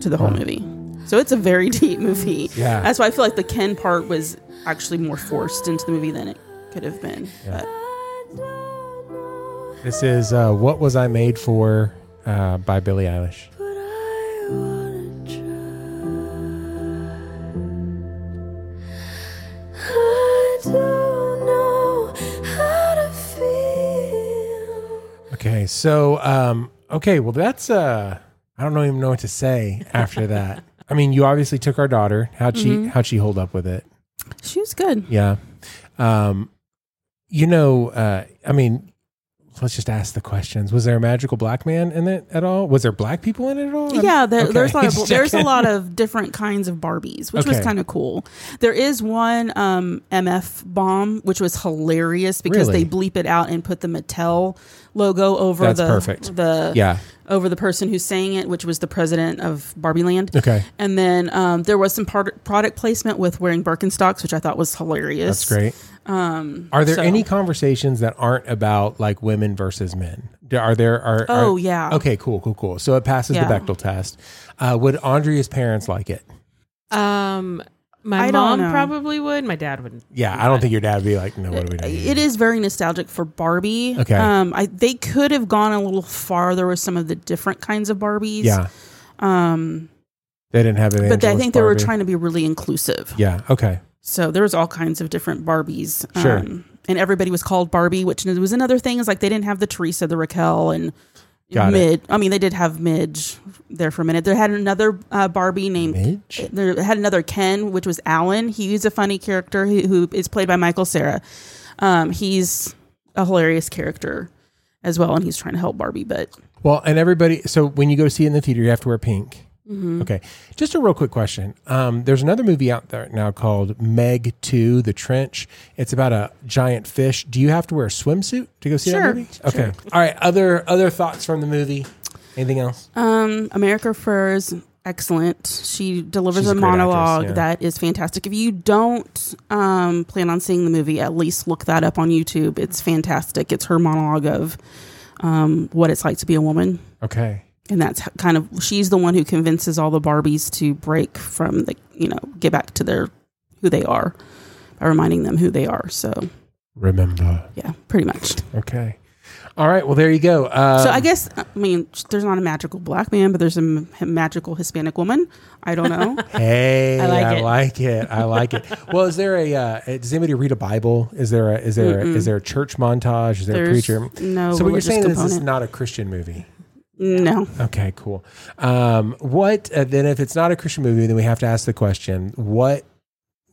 to the whole movie. So it's a very deep movie.
Yeah.
That's why I feel like the Ken part was actually more forced into the movie than it could have been. But
This is uh, "What Was I Made For" uh, by Billie Eilish. Okay, so um, okay, well that's uh, I don't even know what to say after that. I mean, you obviously took our daughter. How'd she
Mm-hmm.
how'd she hold up with it?
she was good.
Yeah. Um, you know, uh, I mean, let's just ask the questions. Was there a magical black man in it at all? Was there black people in it at all? I'm-
Yeah, there,
okay.
there's a lot of
Just
there's a
checking.
lot of different kinds of Barbies, which was
Okay.
kind of cool. There is one um, MF bomb, which was hilarious because
Really?
they bleep it out and put the Mattel logo over
That's
the
perfect.
the
Yeah.
over the person who's saying it, which was the president of Barbie Land.
Okay.
and then um, there was some part, product placement with wearing Birkenstocks, which I thought was hilarious.
That's great. Um, are there
so-
any conversations that aren't about like women versus men? Do- Are there? Are, are-
Oh, yeah.
Okay. Cool. Cool. Cool. So it passes
Yeah.
the Bechtel test. Uh, would Andrea's parents like it?
Um, my
I don't
mom
know.
probably would. My dad wouldn't.
Yeah, I don't think your dad would be like, no, what do we do?
It is very nostalgic for Barbie.
Okay.
um, I, they could have gone a little farther with some of the different kinds of Barbies.
Yeah,
Um,
they didn't have it.
but I think they were trying to be really inclusive.
Yeah. Okay.
So there was all kinds of different Barbies. um,
Sure.
and everybody was called Barbie, which was another thing is like they didn't have the Teresa, the Raquel, and
Got it.
Mid. I mean, they did have Midge there for a minute. They had another uh, Barbie named.
Midge?
They had another Ken, which was Alan. He's a funny character who, who is played by Michael Sarah. Um, he's a hilarious character as well, and he's trying to help Barbie. But
Well, and everybody. So when you go see it in the theater, you have to wear pink.
Mm-hmm.
Okay. Just a real quick question. Um, there's another movie out there now called Meg Two: The Trench. It's about a giant fish. Do you have to wear a swimsuit to go see
Sure,
that movie? Okay. All right. Other other thoughts from the movie. Anything else?
Um, America Ferrer's excellent. She delivers
She's
a,
a great
monologue
actress, yeah.
that is fantastic. If you don't um, plan on seeing the movie, at least look that up on YouTube. It's fantastic. It's her monologue of um, what it's like to be a woman.
Okay.
And that's h- kind of she's the one who convinces all the Barbies to break from the you know get back to their who they are by reminding them who they are. So
Remember.
yeah, pretty much.
Okay. All right. Well, there you go. Uh,
So I guess I mean there's not a magical black man, but there's a m- magical Hispanic woman. I don't know.
Hey, I like,
like
I it.
it.
like it. I like it. Well, is there a uh, does anybody read a Bible? Is there a is there a, is there a church montage? Is there a
There's
preacher?
no
So what you're
religious
saying is this is
component.
not a Christian movie.
No.
Okay, cool. Um, what uh, then? If it's not a Christian movie, then we have to ask the question: what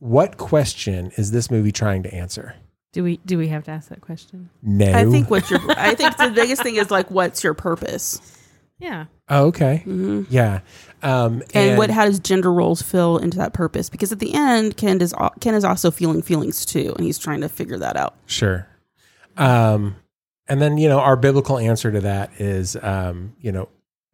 What question is this movie trying to answer?
Do we? Do we have to ask that question?
No.
I think what your I think the biggest thing is like what's your purpose
Yeah.
Oh, okay. Yeah. Um,
and, what how does gender roles fill into that purpose because at the end Ken is al- Ken is also feeling feelings too and he's trying to figure that out.
Sure. Um, and then, you know, our biblical answer to that is, um, you know,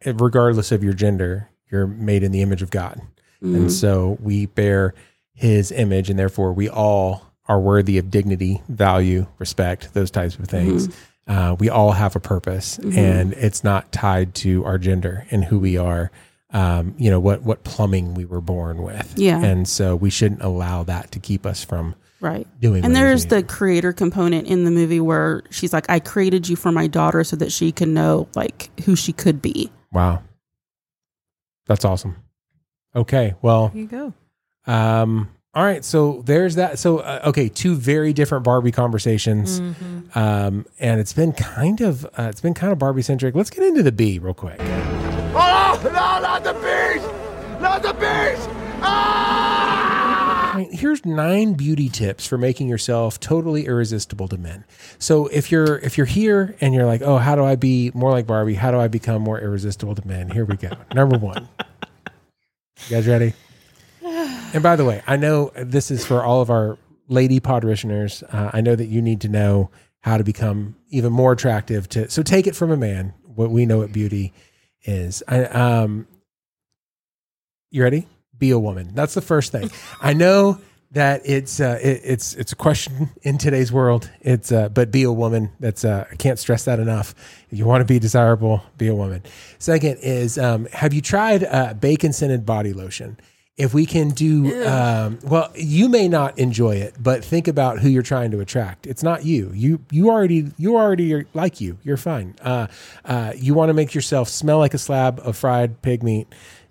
regardless of your gender, you're made in the image of God.
Mm-hmm.
And so we bear his image, and therefore we all are worthy of dignity, value, respect, those types of things.
Mm-hmm.
Uh, we all have a purpose, and it's not tied to our gender and who we are. Um, you know what what plumbing we were born with,
Yeah.
and so we shouldn't allow that to keep us from
Right.
doing.
And
what it is we
there's the creator component in the movie where she's like I created you for my daughter so that she can know like who she could be.
Wow. That's awesome. Okay. Well,
Here you go.
um, all right. So there's that. So, uh, okay. Two very different Barbie conversations. Um, and it's been kind of, uh, it's been kind of Barbie centric. Let's get into the B real quick.
Oh, no, not the bees! Not the Ah!
I
bees!
mean, here's nine beauty tips for making yourself totally irresistible to men. So if you're if you're here and you're like, oh, how do I be more like Barbie? How do I become more irresistible to men? Here we go. Number one. You guys ready? And by the way, I know this is for all of our lady podritioners. Uh, I know that you need to know how to become even more attractive to. So take it from a man. What we know what beauty is. I, um, you ready? Be a woman. That's the first thing. I know that it's uh, it, it's it's a question in today's world. It's uh, but be a woman. That's uh, I can't stress that enough. If you want to be desirable, be a woman. Second is um, have you tried uh, bacon scented body lotion? If we can do um, well, you may not enjoy it, but think about who you're trying to attract. It's not you. You you already you already are like you. You're fine. Uh, uh, you want to make yourself smell like a slab of fried pig meat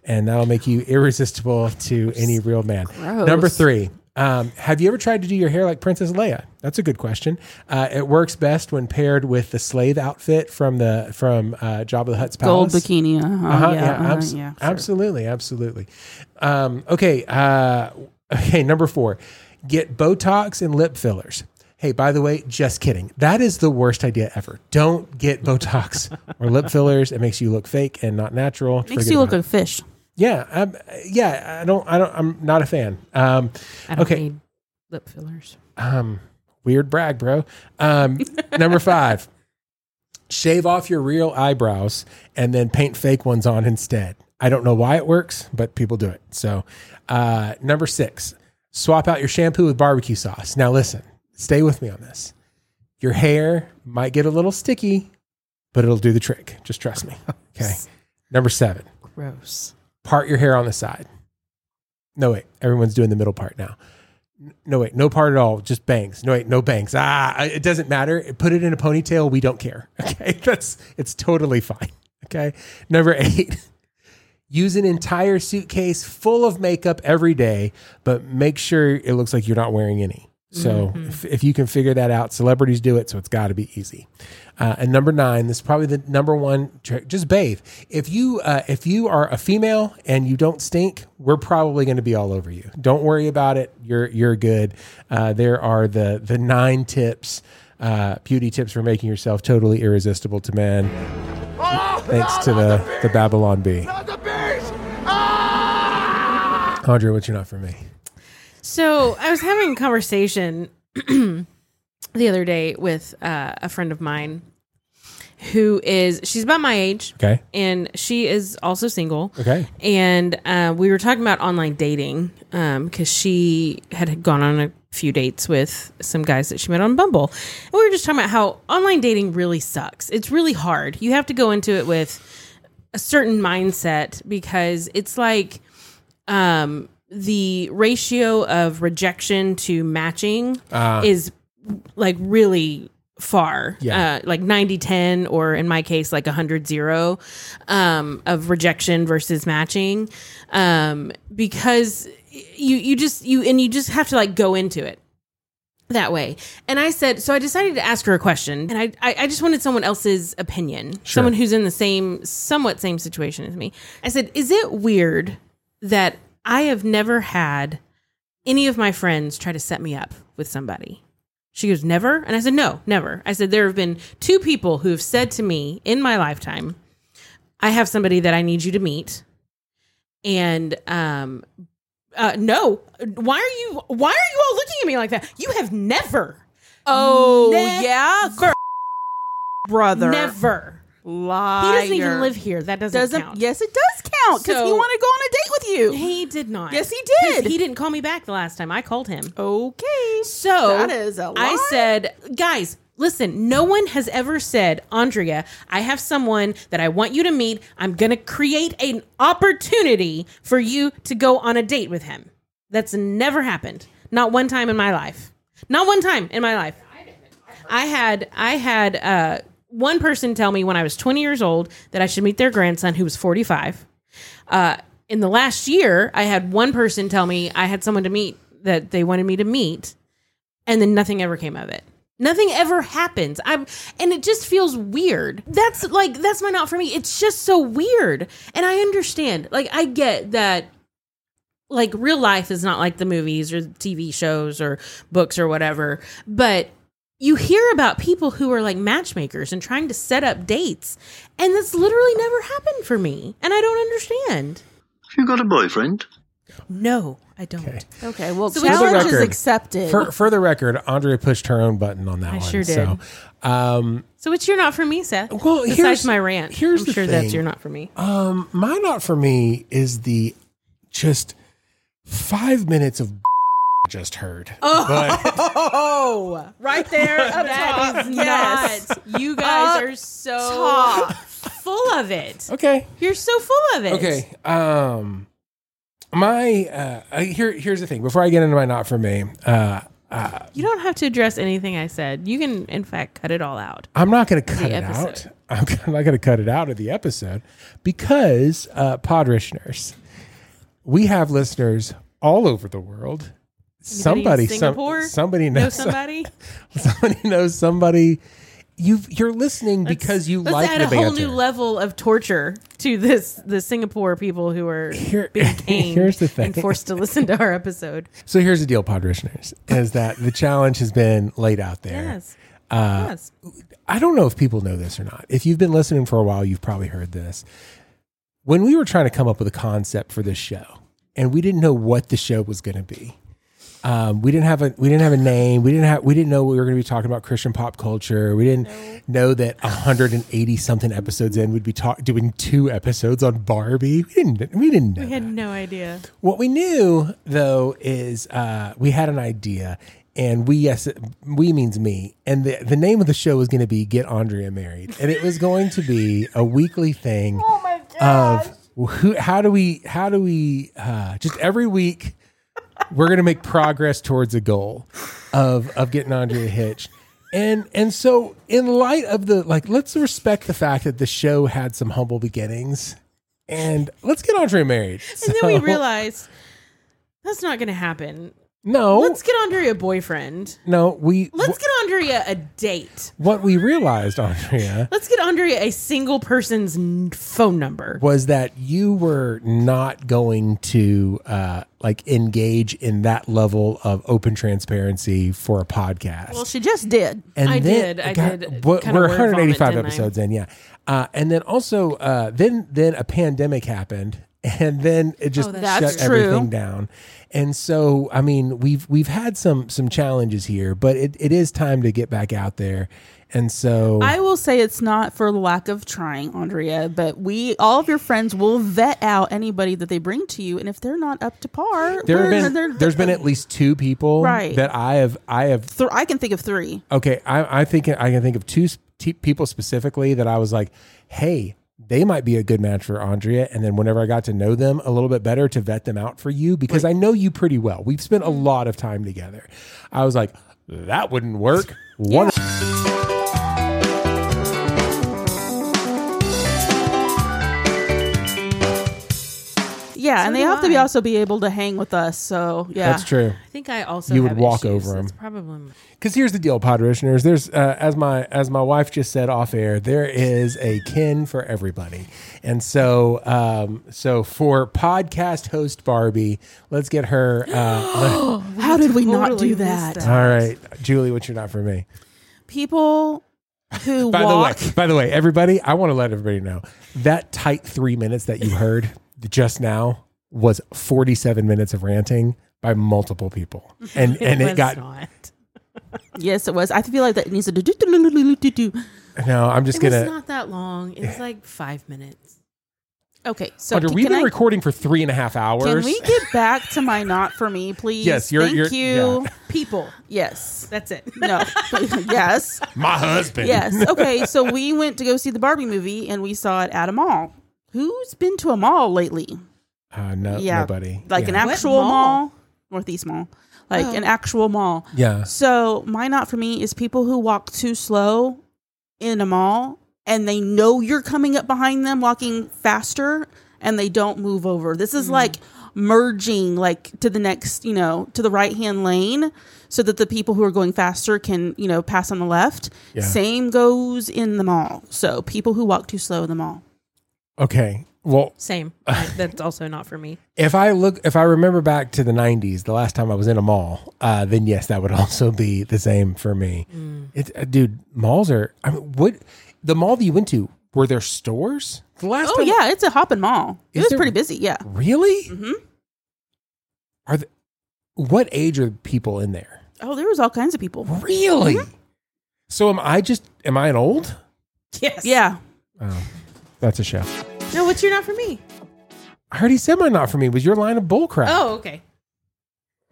and that'll make you irresistible to any real man. Number three. Um, have you ever tried to do your hair like Princess Leia? That's a good question. Uh, it works best when paired with the slave outfit from the from uh, Jabba the Hutt's
Gold
palace.
bikini. Uh-huh,
Uh-huh,
yeah.
yeah,
uh-huh,
abs-
yeah.
absolutely, absolutely. Um, okay, uh, okay. Number four, get Botox and lip fillers. Hey, by the way, just kidding. That is the worst idea ever. Don't get Botox or lip fillers. It makes you look fake and not natural.
Makes
Forget
you look
about it.
like a fish.
yeah, I'm, yeah. I don't. I don't. I'm not a fan. Um,
I don't
Okay.
need lip fillers.
um, weird brag, bro. Um, number five, shave off your real eyebrows and then paint fake ones on instead. I don't know why it works, but people do it. So, uh, number six, swap out your shampoo with barbecue sauce. Now, listen, stay with me on this. Your hair might get a little sticky, but it'll do the trick. Just trust me. Okay. Number seven,
Gross.
part your hair on the side. No wait, everyone's doing the middle part now. N- No wait, no part at all, just bangs. No wait, no bangs. Ah, I- it doesn't matter. Put it in a ponytail. We don't care. Okay, that's it's totally fine. Okay, number eight. Use an entire suitcase full of makeup every day, but make sure it looks like you're not wearing any. So if, if you can figure that out, celebrities do it, so it's got to be easy. Uh, and number nine, this is probably the number one trick: just bathe. If you uh, if you are a female and you don't stink, we're probably going to be all over you. Don't worry about it. You're you're good. Uh, there are the the nine tips, uh, beauty tips for making yourself totally irresistible to men. Thanks to the the Babylon Bee.
Not the beast! Ah!
Andre, what's your not for me?
So I was having a conversation the other day with uh, a friend of mine who is she's about my age.
Okay.
And she is also single.
Okay.
And uh, we were talking about online dating because she had gone on a few dates with some guys that she met on Bumble. And we were just talking about how online dating really sucks. It's really hard. You have to go into it with a certain mindset because it's like um, the ratio of rejection to matching is like really far
Yeah.
uh, like 90 10 or in my case like 100 0 um, of rejection versus matching um, because you you just you and you just have to like go into it that way and i said so i decided to ask her a question and i i, I just wanted someone else's opinion someone who's in the same somewhat same situation as me i said is it weird that i have never had any of my friends try to set me up with somebody she goes, Never? And I said, No, never. I said, There have been two people who have said to me in my lifetime, I have somebody that I need you to meet. And um uh no, why are you why are you all looking at me like that? You have never
Oh
yeah,
brother.
never. He
Liar.
doesn't even live here. That doesn't,
Doesn't
count.
yes, it does count because he
So-
wanted to go on a date with you.
He did not.
Yes, he
'Cause
did.
He didn't call me back the last time I called him.
okay.
So
That is a
I
lie.
said, guys, listen, no one has ever said, Andrea, I have someone that I want you to meet. I'm going to create an opportunity for you to go on a date with him. That's never happened. Not one time in my life. Not one time in my life. I had I had uh, one person tell me when I was 20 years old that I should meet their grandson who was 45. Uh, in the last year, I had one person tell me I had someone to meet that they wanted me to meet, and then nothing ever came of it. Nothing ever happens. I'm, and it just feels weird. That's like that's my not for me. It's just so weird. And I understand. Like I get that like real life is not like the movies or TV shows or books or whatever, but you hear about people who are like matchmakers and trying to set up dates, and that's literally never happened for me, and I don't understand.
You got a boyfriend?
No, I don't.
Okay.
Okay, well,
So we-
challenge
For the
is
record-
accepted.
For, for the record, Andre pushed her own button on that
I
one.
sure did.
So, um,
So it's your not for me, Seth.
Well,
besides
here's-
my rant,
here's
I'm
the
sure that's
thing.
your not for me.
Um, my not for me is the just five minutes of just heard. But
oh, right there up
That
top.
is
yes.
not. You guys
Up
are so
top.
full of it.
okay,
You're so full of it.
okay. Um, my uh, I- here here's the thing. Before I get into my not for me, uh,
You don't have to address anything I said. You can, in fact, cut it all out.
I'm not going to cut it out.
episode.
I'm not going to cut it out of the episode because uh, Podrishners, we have listeners all over the world.
Anybody
somebody,
in
some-
Singapore?
somebody knows
Know somebody?
somebody knows somebody you you're listening because you
Let's
like
add
the
a whole
banter.
new level of torture to this the Singapore people who are
Here-
being caned
here's the thing.
and forced to listen to our episode.
So here's the deal, Podrishners, is that the challenge has been laid out there.
Yes.
Uh,
yes.
I don't know if people know this or not. If you've been listening for a while, you've probably heard this. When we were trying to come up with a concept for this show, and we didn't know what the show was going to be, um, we didn't have a we didn't have a name. We didn't have we didn't know we were going to be talking about Christian pop culture. We didn't know that 180 something episodes in, we'd be talk, doing two episodes on Barbie. We didn't we didn't know.
I
that.
had no idea.
What we knew though is uh, we had an idea, and we yes we means me, and the the name of the show was going to be Get Andrea Married, and it was going to be a weekly thing
Oh
of who, how do we how do we uh, just every week we're going to make progress towards a goal of of getting Andrea Hitch. And and so in light of the like let's respect the fact that the show had some humble beginnings and let's get Andrea married.
And then we
So-
realized that's not going to happen.
no.
Let's get Andrea a boyfriend.
no, we
Let's get Andrea a date.
what we realized, Andrea,
Let's get Andrea a single person's n- phone number.
was that you were not going to uh, like engage in that level of open transparency for a podcast.
Well, she just did.
and
I did, I did
We're,
kinda
we're
word vomit,
185
didn't I?
episodes in, yeah. Uh, and then also, uh, then then a pandemic happened, and then it just
Oh,
shut
that's
true.
everything down. And so, I mean, we've we've had some some challenges here, but it, it is time to get back out there. And so,
I will say it's not for lack of trying, Andrea, but we, all of your friends, will vet out anybody that they bring to you, and if they're not up to par,
there have
we're-
been
they're-
there's been at least two people
Right.
that I have I have
th- I can think of three.
okay I, I think I can think of two sp- t- people specifically that I was like hey they might be a good match for Andrea and then whenever I got to know them a little bit better to vet them out for you because I know you pretty well we've spent a lot of time together I was like that wouldn't work one
Yeah, and they
do
have to be
I.
also be able to hang with us. So yeah,
that's true
I think I also
You would
have
walk
issues.
over
That's
'em.
Probably
Because here's the deal, Podrishners. There's uh, as my as my wife just said off air, there is a kin for everybody, and so um, so for podcast host Barbie, let's get her. Uh,
How did we not
totally
do
missed
that?
that.
all right, Julie, what you're not for me.
People who
By
walk.
the way, by the way, everybody, I want to let everybody know that tight three minutes that you heard just now was 47 minutes of ranting by multiple people, and and it
was
got
not.
Yes, it was. I feel like that needs to do. do- do- do- do- do- do- do.
no. I'm just
It was
gonna.
not that long. It was like five minutes.
Okay, so
Audra,
can,
we've
can
been
I-
recording for three and a half hours.
can we get back to my not for me, please?
Yes, you're-
Thank
you're-
you.
yeah.
People.
Yes.
That's it.
No. yes.
My husband.
Yes. Okay. So we went to go see the Barbie movie, and we saw it at a mall. Who's been to a mall lately?
Uh, no,
Yeah.
nobody.
Like
yeah.
an
What
actual
mall?
mall? Northeast Mall. Like an actual mall.
Yeah.
So my not for me is people who walk too slow in a mall and they know you're coming up behind them walking faster and they don't move over. This
Mm.
is like merging like to the next, you know, to the right hand lane so that the people who are going faster can, you know, pass on the left.
Yeah.
Same goes in the mall. So people who walk too slow in the mall.
Okay. Well,
Same. I, that's also not for me.
if I look, if I remember back to the '90s, the last time I was in a mall, uh, then yes, that would also be the same for me.
Mm.
It's uh, dude, malls are. I mean, what the mall that you went to were there stores? The last
Oh
time,
yeah, Mm-hmm. it's a hopping mall. It
Is
was
there-
pretty busy, yeah.
really? Are the, what age are people in there?
Oh, there was all kinds of people.
Really?
Mm-hmm.
So am I just? Am I an old?
Yes.
Yeah.
Oh, that's a show.
No, what's your not for me?
I already said my not for me was your line of bull crap.
Oh, okay.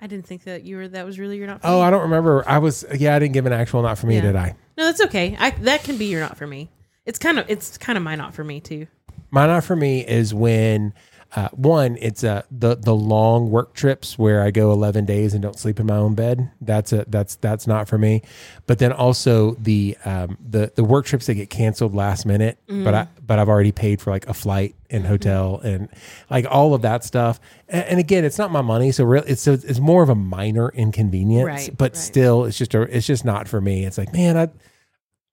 I didn't think that you were. That was really your not for
Oh,
me.
I don't remember. I was yeah, I didn't give an actual not for me,
Yeah.
did I?
No, that's okay. I that can be your not for me. It's kind of it's kind of my not for me too.
My not for me is when uh, one, it's uh, the the long work trips where I go eleven days and don't sleep in my own bed. That's a that's that's not for me. But then also the um, the the work trips that get canceled last minute, but I but I've already paid for like a flight
Mm-hmm.
and hotel and like all of that stuff. And, and again, it's not my money, so real it's so it's more of a minor inconvenience.
Right,
but
right.
still, it's just a it's just not for me. It's like man, I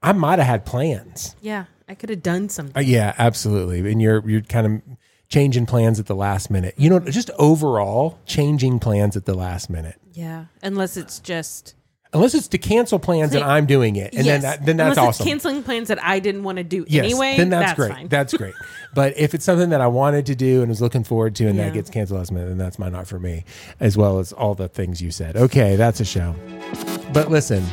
I might have had plans.
Yeah, I could have done something.
Uh, yeah, absolutely. And you're you're kind of changing plans at the last minute. You know, just overall changing plans at the last minute.
Yeah, unless it's just
Unless it's to cancel plans and
Say-
I'm doing it, and then
yes.
that, then that's
unless
awesome.
It's canceling plans that I didn't want to do
yes,
anyway.
then that's, great.
Fine.
That's great. But if it's something that I wanted to do and was looking forward to, and
Yeah.
that gets canceled last minute, then that's my not for me, as well as all the things you said. Okay, that's a show. But listen,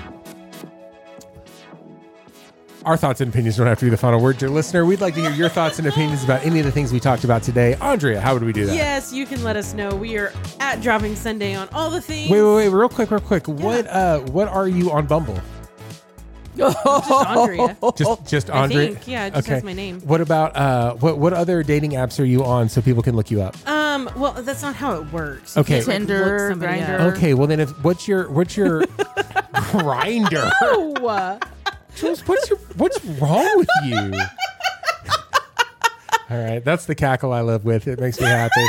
our thoughts and opinions don't have to be the final word, dear listener. We'd like to hear your thoughts and opinions about any of the things we talked about today. Andrea, how would we do that?
yes, you can let us know. We are at Dropping Sunday on all the things.
Wait, wait, wait! Real quick, real quick. What, uh, what are you on Bumble?
Just Andrea.
Just, just Andre.
Oh, think, yeah, it just has my name.
What about uh, what what other dating apps are you on so people can look you up?
Um, well, that's not how it works. You
Okay.
can't, like, look
Tinder,
somebody
Grindr.
up.
Okay, well then, if what's your what's your grinder?
Oh,
Jules, what's your what's wrong with you? All right, that's the cackle I live with. It makes me happy.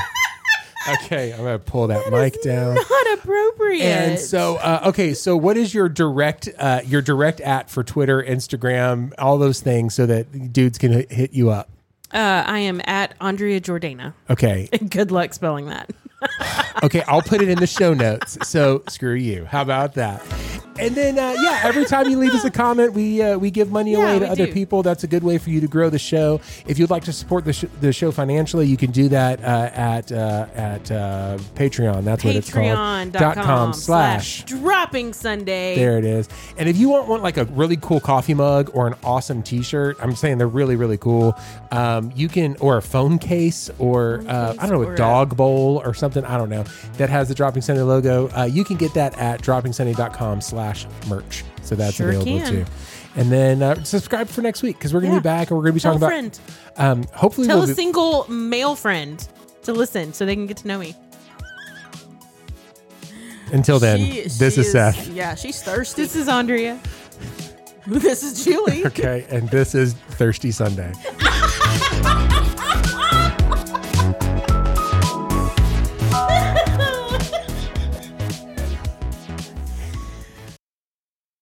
Okay, I'm gonna pull that, mic down.
not appropriate.
and so, uh, okay, so what is your direct uh, your direct at for Twitter, Instagram, all those things, so that dudes can h- hit you up?
uh, I am at Andrea Jordana.
Okay,
Good luck spelling that.
Okay, I'll put it in the show notes. So screw you. How about that? And then uh, yeah, every time you leave us a comment, we uh, we give money
Yeah,
away
we
to other
do.
people. That's a good way for you to grow the show. If you'd like to support the, sh- the show financially, you can do that uh, at uh, at uh, Patreon. That's what it's called.
Patreon.com slash Dropping Sunday.
There it is. And if you want one like a really cool coffee mug or an awesome T-shirt, I'm saying they're really really cool. Um, you can or a phone case or uh, I don't know
or
a
a-
dog bowl or something I don't know that has the Dropping Sunday logo. Uh, you can get that at droppingsunday.com/merch. So that's
Sure
available
can.
too. And then uh, subscribe for next week because we're going to
Yeah.
be back and we're going to be
Tell
talking
a
about.
friend.
Um, hopefully,
Tell
we'll
a
be-
single male friend to listen so they can get to know me.
until then.
She-
this
she
is, Seth.
Yeah, she's thirsty.
This is Andrea.
this is Julie.
Okay, and this is Thirsty Sunday.
Sunday.